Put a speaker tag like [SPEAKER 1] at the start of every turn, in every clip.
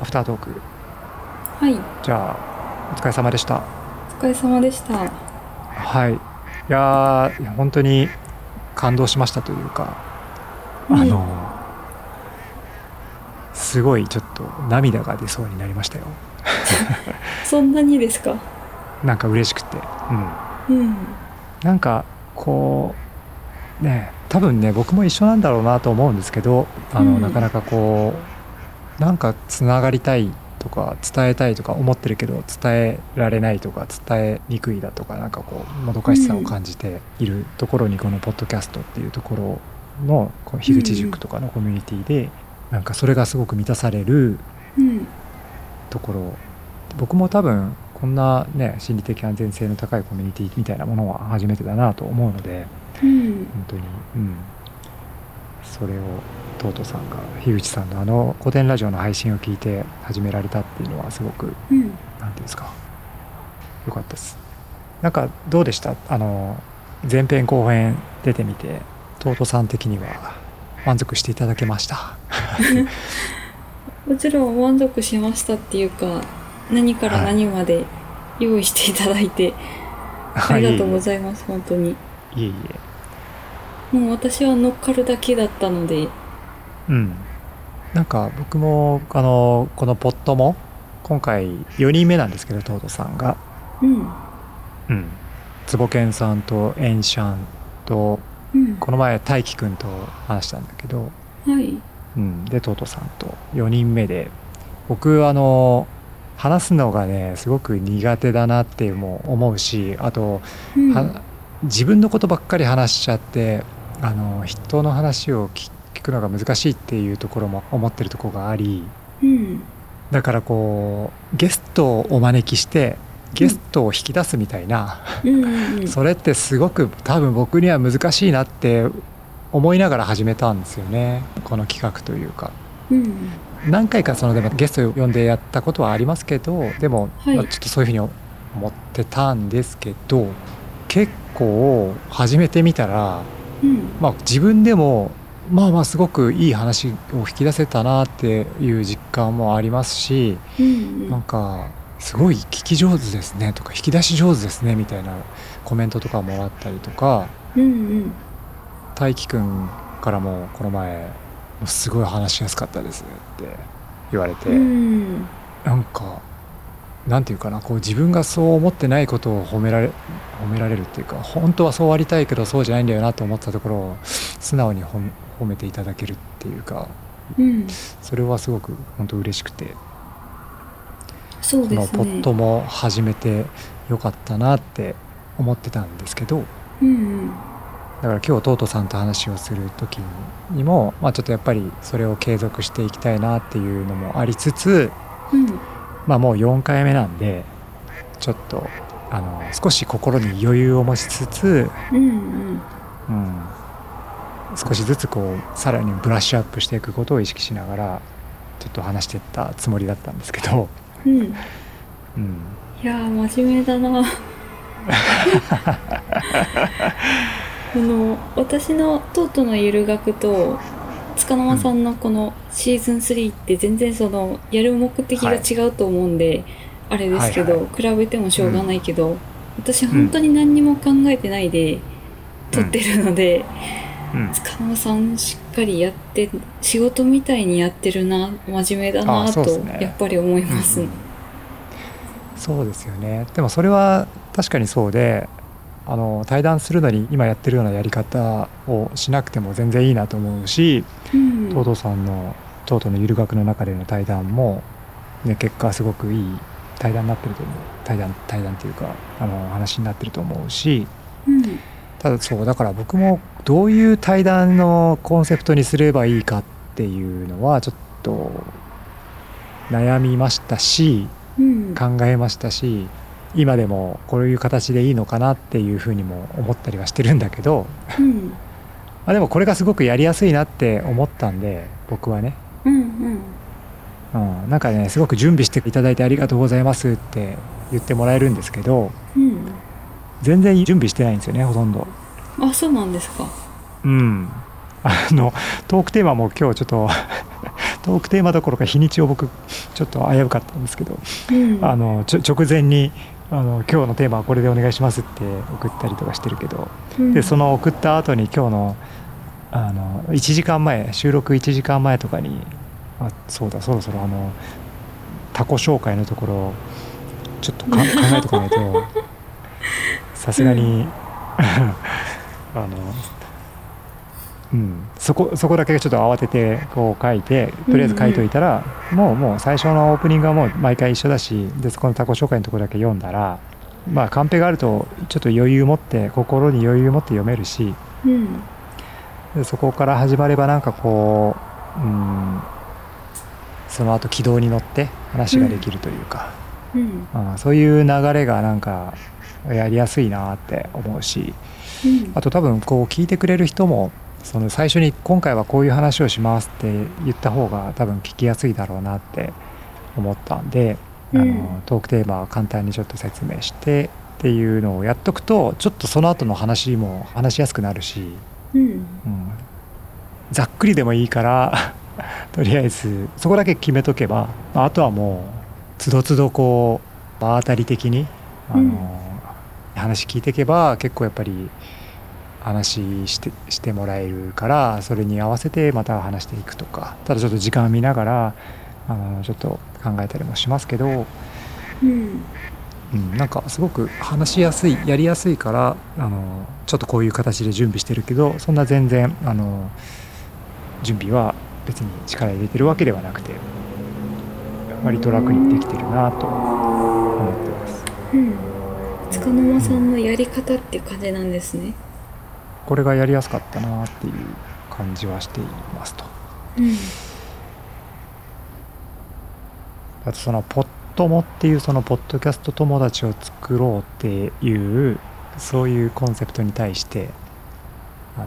[SPEAKER 1] アフタートーク
[SPEAKER 2] はい、お
[SPEAKER 1] じゃあお疲れ様でした
[SPEAKER 2] 疲れ様でした。
[SPEAKER 1] はいいやーいや本当に感動しましたというか、
[SPEAKER 2] うん
[SPEAKER 1] あのすごいちょっと涙が出そうになりましたよ
[SPEAKER 2] そんなにですか。
[SPEAKER 1] なんか嬉しくてうん
[SPEAKER 2] うん。
[SPEAKER 1] なんかこうね多分ね僕も一緒なんだろうなと思うんですけどあの、
[SPEAKER 2] うん
[SPEAKER 1] なかなかこうなんかつながりたいとか伝えたいとか思ってるけど伝えられないとか伝えにくいだとかなんかこうもどかしさを感じているところにこのポッドキャストっていうところのこう樋口塾とかのコミュニティでなんかそれがすごく満たされる
[SPEAKER 2] うん。
[SPEAKER 1] ところ僕も多分こんなね心理的安全性の高いコミュニティみたいなものは初めてだなと思うので。
[SPEAKER 2] うん。
[SPEAKER 1] 本当に、うん、それをトートさんが樋口さんのあの古典ラジオの配信を聞いて始められたっていうのはすごく
[SPEAKER 2] うん。
[SPEAKER 1] 何ていうんですか良かったですなんかどうでしたあの前編後編出てみてトートさん的には満足していただけました
[SPEAKER 2] もちろん満足しましたっていうか、何から何まで用意していただいて、ありがとうございます、本当に。
[SPEAKER 1] いえいえいえい
[SPEAKER 2] もう私は乗っかるだけだったので、
[SPEAKER 1] えうんなんか僕もあのこのポットも今回4人目なんですけどトートさんが
[SPEAKER 2] うん。
[SPEAKER 1] うん、坪健さんとエンシャンと
[SPEAKER 2] うん。
[SPEAKER 1] この前大輝くんと話したんだけど、
[SPEAKER 2] はい。
[SPEAKER 1] うん、でトートさんと4人目で僕あの話すのがねすごく苦手だなっても思うしあと、
[SPEAKER 2] うん。
[SPEAKER 1] は自分のことばっかり話しちゃってあの人の話を聞聞くのが難しいっていうところも思ってるところがあり
[SPEAKER 2] うん。
[SPEAKER 1] だからこうゲストをお招きしてゲストを引き出すみたいな。
[SPEAKER 2] うん。うん。
[SPEAKER 1] それってすごく多分僕には難しいなって思いながら始めたんですよねこの企画というか
[SPEAKER 2] うん。
[SPEAKER 1] 何回かそのでもゲストを呼んでやったことはありますけどでも、
[SPEAKER 2] はい
[SPEAKER 1] まあちょっとそういうふうに思ってたんですけど結構始めてみたら、
[SPEAKER 2] うん。
[SPEAKER 1] まあ、自分でもまあまあすごくいい話を引き出せたなっていう実感もありますし
[SPEAKER 2] うん。
[SPEAKER 1] なんかすごい聞き上手ですねとか引き出し上手ですねみたいなコメントとかもらったりとか
[SPEAKER 2] うん。
[SPEAKER 1] 大輝くんからもこの前「すごい話しやすかったです」って言われて、
[SPEAKER 2] うん。
[SPEAKER 1] なんかなんていうかなこう自分がそう思ってないことを褒められ褒められるっていうか本当はそうありたいけどそうじゃないんだよなと思ってたところを素直に褒め褒めていただけるっていうか
[SPEAKER 2] うん。
[SPEAKER 1] それはすごく本当嬉しくて
[SPEAKER 2] そう
[SPEAKER 1] こ
[SPEAKER 2] で
[SPEAKER 1] の
[SPEAKER 2] す
[SPEAKER 1] ポッ
[SPEAKER 2] ね。
[SPEAKER 1] トも始めてよかったなって思ってたんですけど
[SPEAKER 2] うん。
[SPEAKER 1] だから今日トートさんと話をする時にも、まあ、ちょっとやっぱりそれを継続していきたいなっていうのもありつつ、
[SPEAKER 2] うん。
[SPEAKER 1] まあ、もう4回目なんでちょっとあの少し心に余裕を持ちつつ、
[SPEAKER 2] うん。
[SPEAKER 1] うん、少しずつこうさらにブラッシュアップしていくことを意識しながらちょっと話していったつもりだったんですけど、
[SPEAKER 2] うん。うん。
[SPEAKER 1] うん、
[SPEAKER 2] いやー真面目 だなあの私のトートのゆる学と塚の間さんのこのシーズン3って全然そのやる目的が違うと思うんで、あれですけど、
[SPEAKER 1] はい
[SPEAKER 2] 比べてもしょうがないけど、私本当に何にも考えてないで撮ってるので、
[SPEAKER 1] うん
[SPEAKER 2] 塚の間さんしっかりやって仕事みたいにやってるな真面目だ
[SPEAKER 1] あ
[SPEAKER 2] な
[SPEAKER 1] そう
[SPEAKER 2] と
[SPEAKER 1] ですね
[SPEAKER 2] やっぱり思います。
[SPEAKER 1] うんそうですよねでもそれは確かにそうであの対談するのに今やってるようなやり方をしなくても全然いいなと思うし、
[SPEAKER 2] うん
[SPEAKER 1] 東堂さんの東堂のゆる学の中での対談も、ね、結果すごくいい対談になってると思う対談対談っていうかあの話になってると思うし
[SPEAKER 2] うん
[SPEAKER 1] ただそうだから僕もどういう対談のコンセプトにすればいいかっていうのはちょっと悩みましたし
[SPEAKER 2] うん
[SPEAKER 1] 考えましたし今でもこういう形でいいのかなっていうふうにも思ったりはしてるんだけど、
[SPEAKER 2] うん
[SPEAKER 1] まあ、でもこれがすごくやりやすいなって思ったんで僕はね、
[SPEAKER 2] うん
[SPEAKER 1] うん、なんかねすごく準備していただいてありがとうございますって言ってもらえるんですけど
[SPEAKER 2] うん
[SPEAKER 1] 全然準備してないんですよねほとんど。
[SPEAKER 2] うんあそうなんですか
[SPEAKER 1] うん、 あのトークテーマも今日ちょっとトークテーマどころか日にちを僕ちょっと危うかったんですけど、
[SPEAKER 2] うん、
[SPEAKER 1] あのちょ直前にあの「今日のテーマはこれでお願いします」って送ったりとかしてるけど
[SPEAKER 2] うん
[SPEAKER 1] でその送った後に今日のあの1時間前収録1時間前とかにあそうだそろそろあのタコ紹介のところちょっと か考えてこないとさすが にあの。うん、そこそこだけちょっと慌ててこう書いてとりあえず書いといたら、もうもう最初のオープニングはもう毎回一緒だしでそこのタコ紹介のところだけ読んだらまあカンペがあるとちょっと余裕持って心に余裕持って読めるし
[SPEAKER 2] うん
[SPEAKER 1] でそこから始まればなんかこう、うん、その後軌道に乗って話ができるというか、
[SPEAKER 2] うん
[SPEAKER 1] うんそういう流れがなんかやりやすいなって思うし
[SPEAKER 2] うん
[SPEAKER 1] あと多分こう聞いてくれる人もその最初に今回はこういう話をしますって言った方が多分聞きやすいだろうなって思ったんで、あ
[SPEAKER 2] うん
[SPEAKER 1] のトークテーマを簡単にちょっと説明してっていうのをやっとくとちょっとその後の話も話しやすくなるし、
[SPEAKER 2] うん
[SPEAKER 1] うんざっくりでもいいから とりあえずそこだけ決めとけばまああとはもうつどつどこう場当たり的にあの、
[SPEAKER 2] うん
[SPEAKER 1] 話聞いていけば結構やっぱり話してしてもらえるからそれに合わせてまた話していくとかただちょっと時間見ながらあのちょっと考えたりもしますけど、
[SPEAKER 2] うん
[SPEAKER 1] うん、なんかすごく話しやすいやりやすいからあのちょっとこういう形で準備してるけどそんな全然あの準備は別に力入れてるわけではなくて割と楽にできてるなと思ってます
[SPEAKER 2] うんつかの間さんのやり方って感じなんですね
[SPEAKER 1] これがやりやすかったなっていう感じはしていますと
[SPEAKER 2] うん
[SPEAKER 1] あとそのポッ友っていうそのポッドキャスト友達を作ろうっていうそういうコンセプトに対してあの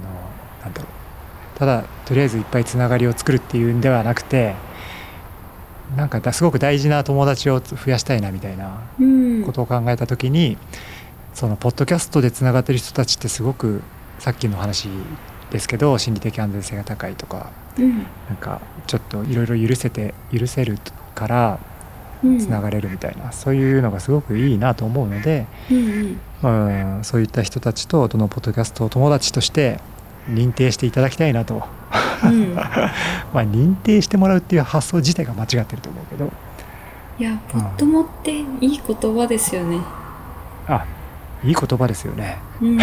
[SPEAKER 1] なんだろうただとりあえずいっぱいつながりを作るっていうんではなくてなんかだすごく大事な友達を増やしたいなみたいな
[SPEAKER 2] うん
[SPEAKER 1] ことを考えた時にそのポッドキャストでつながってる人たちってすごくさっきの話ですけど心理的安全性が高いとか
[SPEAKER 2] うん
[SPEAKER 1] なんかちょっといろいろ許せて許せるから
[SPEAKER 2] うん
[SPEAKER 1] つながれるみたいな、そういうのがすごくいいなと思うので、
[SPEAKER 2] うんうん
[SPEAKER 1] うん、そういった人たちとどのポッドキャストを友達として認定していただきたいなと、
[SPEAKER 2] うん
[SPEAKER 1] まあ、認定してもらうっていう発想自体が間違ってると思うけど
[SPEAKER 2] いやポットモっていい言葉ですよね
[SPEAKER 1] あいい言葉ですよね、
[SPEAKER 2] うん、い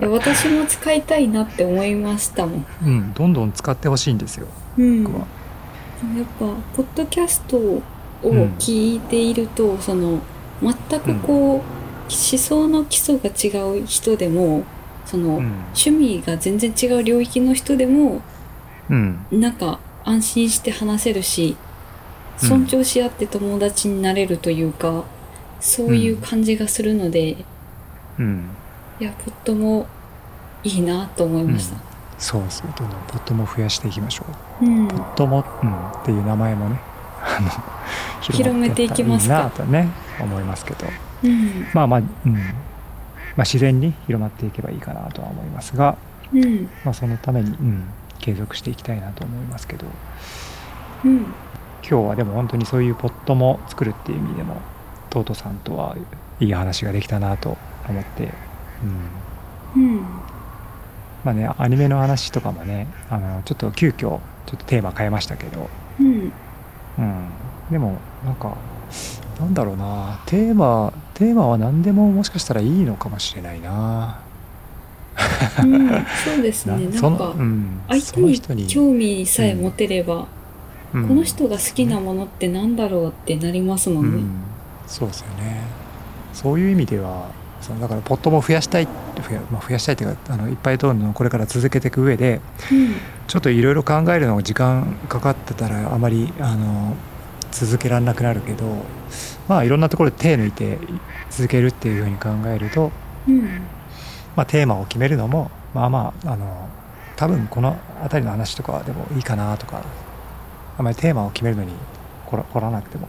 [SPEAKER 2] や私も使いたいなって思いましたもん。
[SPEAKER 1] うん、どんどん使ってほしいんですよ
[SPEAKER 2] うん、で
[SPEAKER 1] 僕
[SPEAKER 2] も
[SPEAKER 1] は。
[SPEAKER 2] やっぱポッドキャストを聞いていると、その全くこう、思想の基礎が違う人でもその、
[SPEAKER 1] うん
[SPEAKER 2] 趣味が全然違う領域の人でも
[SPEAKER 1] うん
[SPEAKER 2] なんか安心して話せるし
[SPEAKER 1] うん
[SPEAKER 2] 尊重し合って友達になれるというか、そういう感じがするので、
[SPEAKER 1] うん
[SPEAKER 2] いやポッドもいいなと思いました。
[SPEAKER 1] そうそうどんどんポットも増やしていきましょう
[SPEAKER 2] うん
[SPEAKER 1] ポットも、うん、っていう名前もねあの
[SPEAKER 2] 広めていきます
[SPEAKER 1] 広ま
[SPEAKER 2] か
[SPEAKER 1] ってったらいいなとね思いますけど
[SPEAKER 2] うん
[SPEAKER 1] まあまあ、うんまあ、自然に広まっていけばいいかなとは思いますが、
[SPEAKER 2] うん
[SPEAKER 1] まあ、そのために、うん、継続していきたいなと思いますけど
[SPEAKER 2] うん
[SPEAKER 1] 今日はでも本当にそういうポットも作るっていう意味でもトートさんとはいい話ができたなと思って、うん
[SPEAKER 2] うん
[SPEAKER 1] まあねアニメの話とかもねあのちょっと急遽ちょっとテーマ変えましたけど、
[SPEAKER 2] うん
[SPEAKER 1] うん、でもなんかなんだろうなテーマテーマは何でももしかしたらいいのかもしれないな
[SPEAKER 2] うんそうですね
[SPEAKER 1] な
[SPEAKER 2] なんか
[SPEAKER 1] うん
[SPEAKER 2] 相
[SPEAKER 1] そ
[SPEAKER 2] 手
[SPEAKER 1] の
[SPEAKER 2] に
[SPEAKER 1] 人
[SPEAKER 2] 興味さえ持てれば、
[SPEAKER 1] うん
[SPEAKER 2] この人が好きなものってなんだろうってなりますも
[SPEAKER 1] うん
[SPEAKER 2] ね。
[SPEAKER 1] ん、そうですよねそういう意味ではそのだからポットも増やしたい増や,、まあ、増やしたいというかあのいっぱいどんどんこれから続けていく上で
[SPEAKER 2] うん
[SPEAKER 1] ちょっといろいろ考えるのが時間かかってたらあまりあの続けられなくなるけどまあいろんなところで手抜いて続けるっていうふうに考えると、
[SPEAKER 2] うん
[SPEAKER 1] まあ、テーマを決めるのもまあまああの多分この辺りの話とかでもいいかなとかあまりテーマを決めるのにこらこらなくても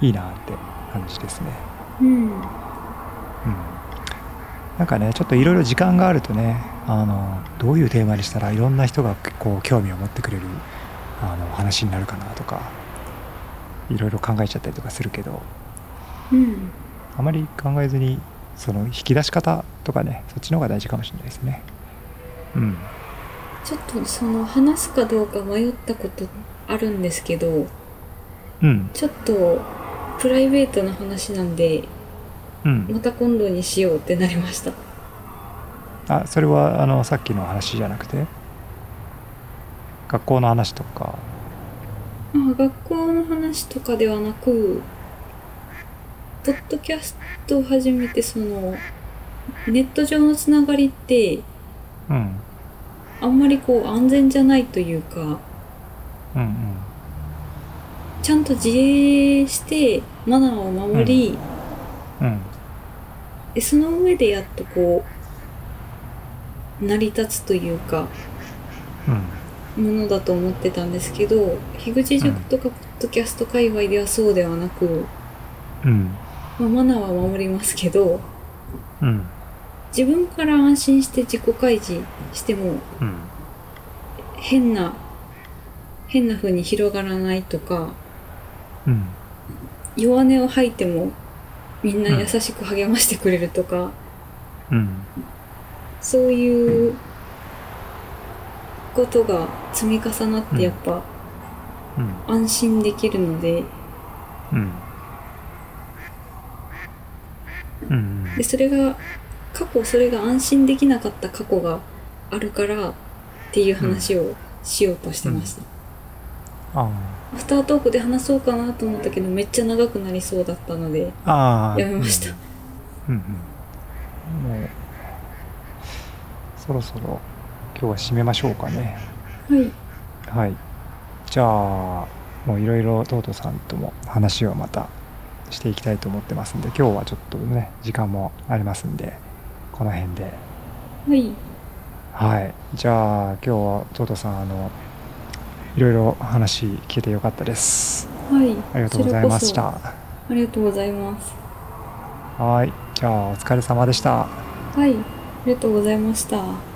[SPEAKER 1] いいなって感じですね。
[SPEAKER 2] うん
[SPEAKER 1] うんなんかねちょっといろいろ時間があるとねあのどういうテーマにしたらいろんな人がこう興味を持ってくれるあの話になるかなとかいろいろ考えちゃったりとかするけど
[SPEAKER 2] うん
[SPEAKER 1] あまり考えずにその引き出し方とかねそっちの方が大事かもしれないですねうん
[SPEAKER 2] ちょっとその話すかどうか迷ったことあるんですけど
[SPEAKER 1] うん
[SPEAKER 2] ちょっとプライベートな話なんで
[SPEAKER 1] うん
[SPEAKER 2] また今度にしようってなりました
[SPEAKER 1] あそれはあのさっきの話じゃなくて学校の話とか
[SPEAKER 2] まあ学校の話とかではなくポッドキャストを始めてそのネット上のつながりって
[SPEAKER 1] うん
[SPEAKER 2] あんまりこう安全じゃないというか
[SPEAKER 1] うんうん
[SPEAKER 2] ちゃんと自衛してマナーを守り、
[SPEAKER 1] うん
[SPEAKER 2] でその上でやっとこう成り立つというか
[SPEAKER 1] うん
[SPEAKER 2] ものだと思ってたんですけど樋口塾とかポッドキャスト界隈ではそうではなく、
[SPEAKER 1] うん
[SPEAKER 2] まあ、マナーは守りますけど
[SPEAKER 1] うん
[SPEAKER 2] 自分から安心して自己開示しても
[SPEAKER 1] うん
[SPEAKER 2] 変な変な風に広がらないとか
[SPEAKER 1] うん
[SPEAKER 2] 弱音を吐いてもみんな優しく励ましてくれるとか、
[SPEAKER 1] うん
[SPEAKER 2] そういうことが積み重なってやっぱ
[SPEAKER 1] うん
[SPEAKER 2] 安心できるので
[SPEAKER 1] うんうん
[SPEAKER 2] でそれが過去それが安心できなかった過去があるからっていう話をしようとしてました、
[SPEAKER 1] あ
[SPEAKER 2] アフタートークで話そうかなと思ったけどめっちゃ長くなりそうだったので
[SPEAKER 1] あああ
[SPEAKER 2] やめました
[SPEAKER 1] うんうんもうそろそろ今日は締めましょうかね
[SPEAKER 2] はい
[SPEAKER 1] はいじゃあもういろいろトートさんとも話をまたしていきたいと思ってますんで今日はちょっとね時間もありますんでこの辺で
[SPEAKER 2] はい
[SPEAKER 1] はいじゃあ今日はトートさんあのいろいろ話聞けてよかったです
[SPEAKER 2] はい
[SPEAKER 1] ありがとうございまし
[SPEAKER 2] こちらこ
[SPEAKER 1] た
[SPEAKER 2] そありがとうございます
[SPEAKER 1] はいじゃあお疲れ様でした
[SPEAKER 2] はいありがとうございました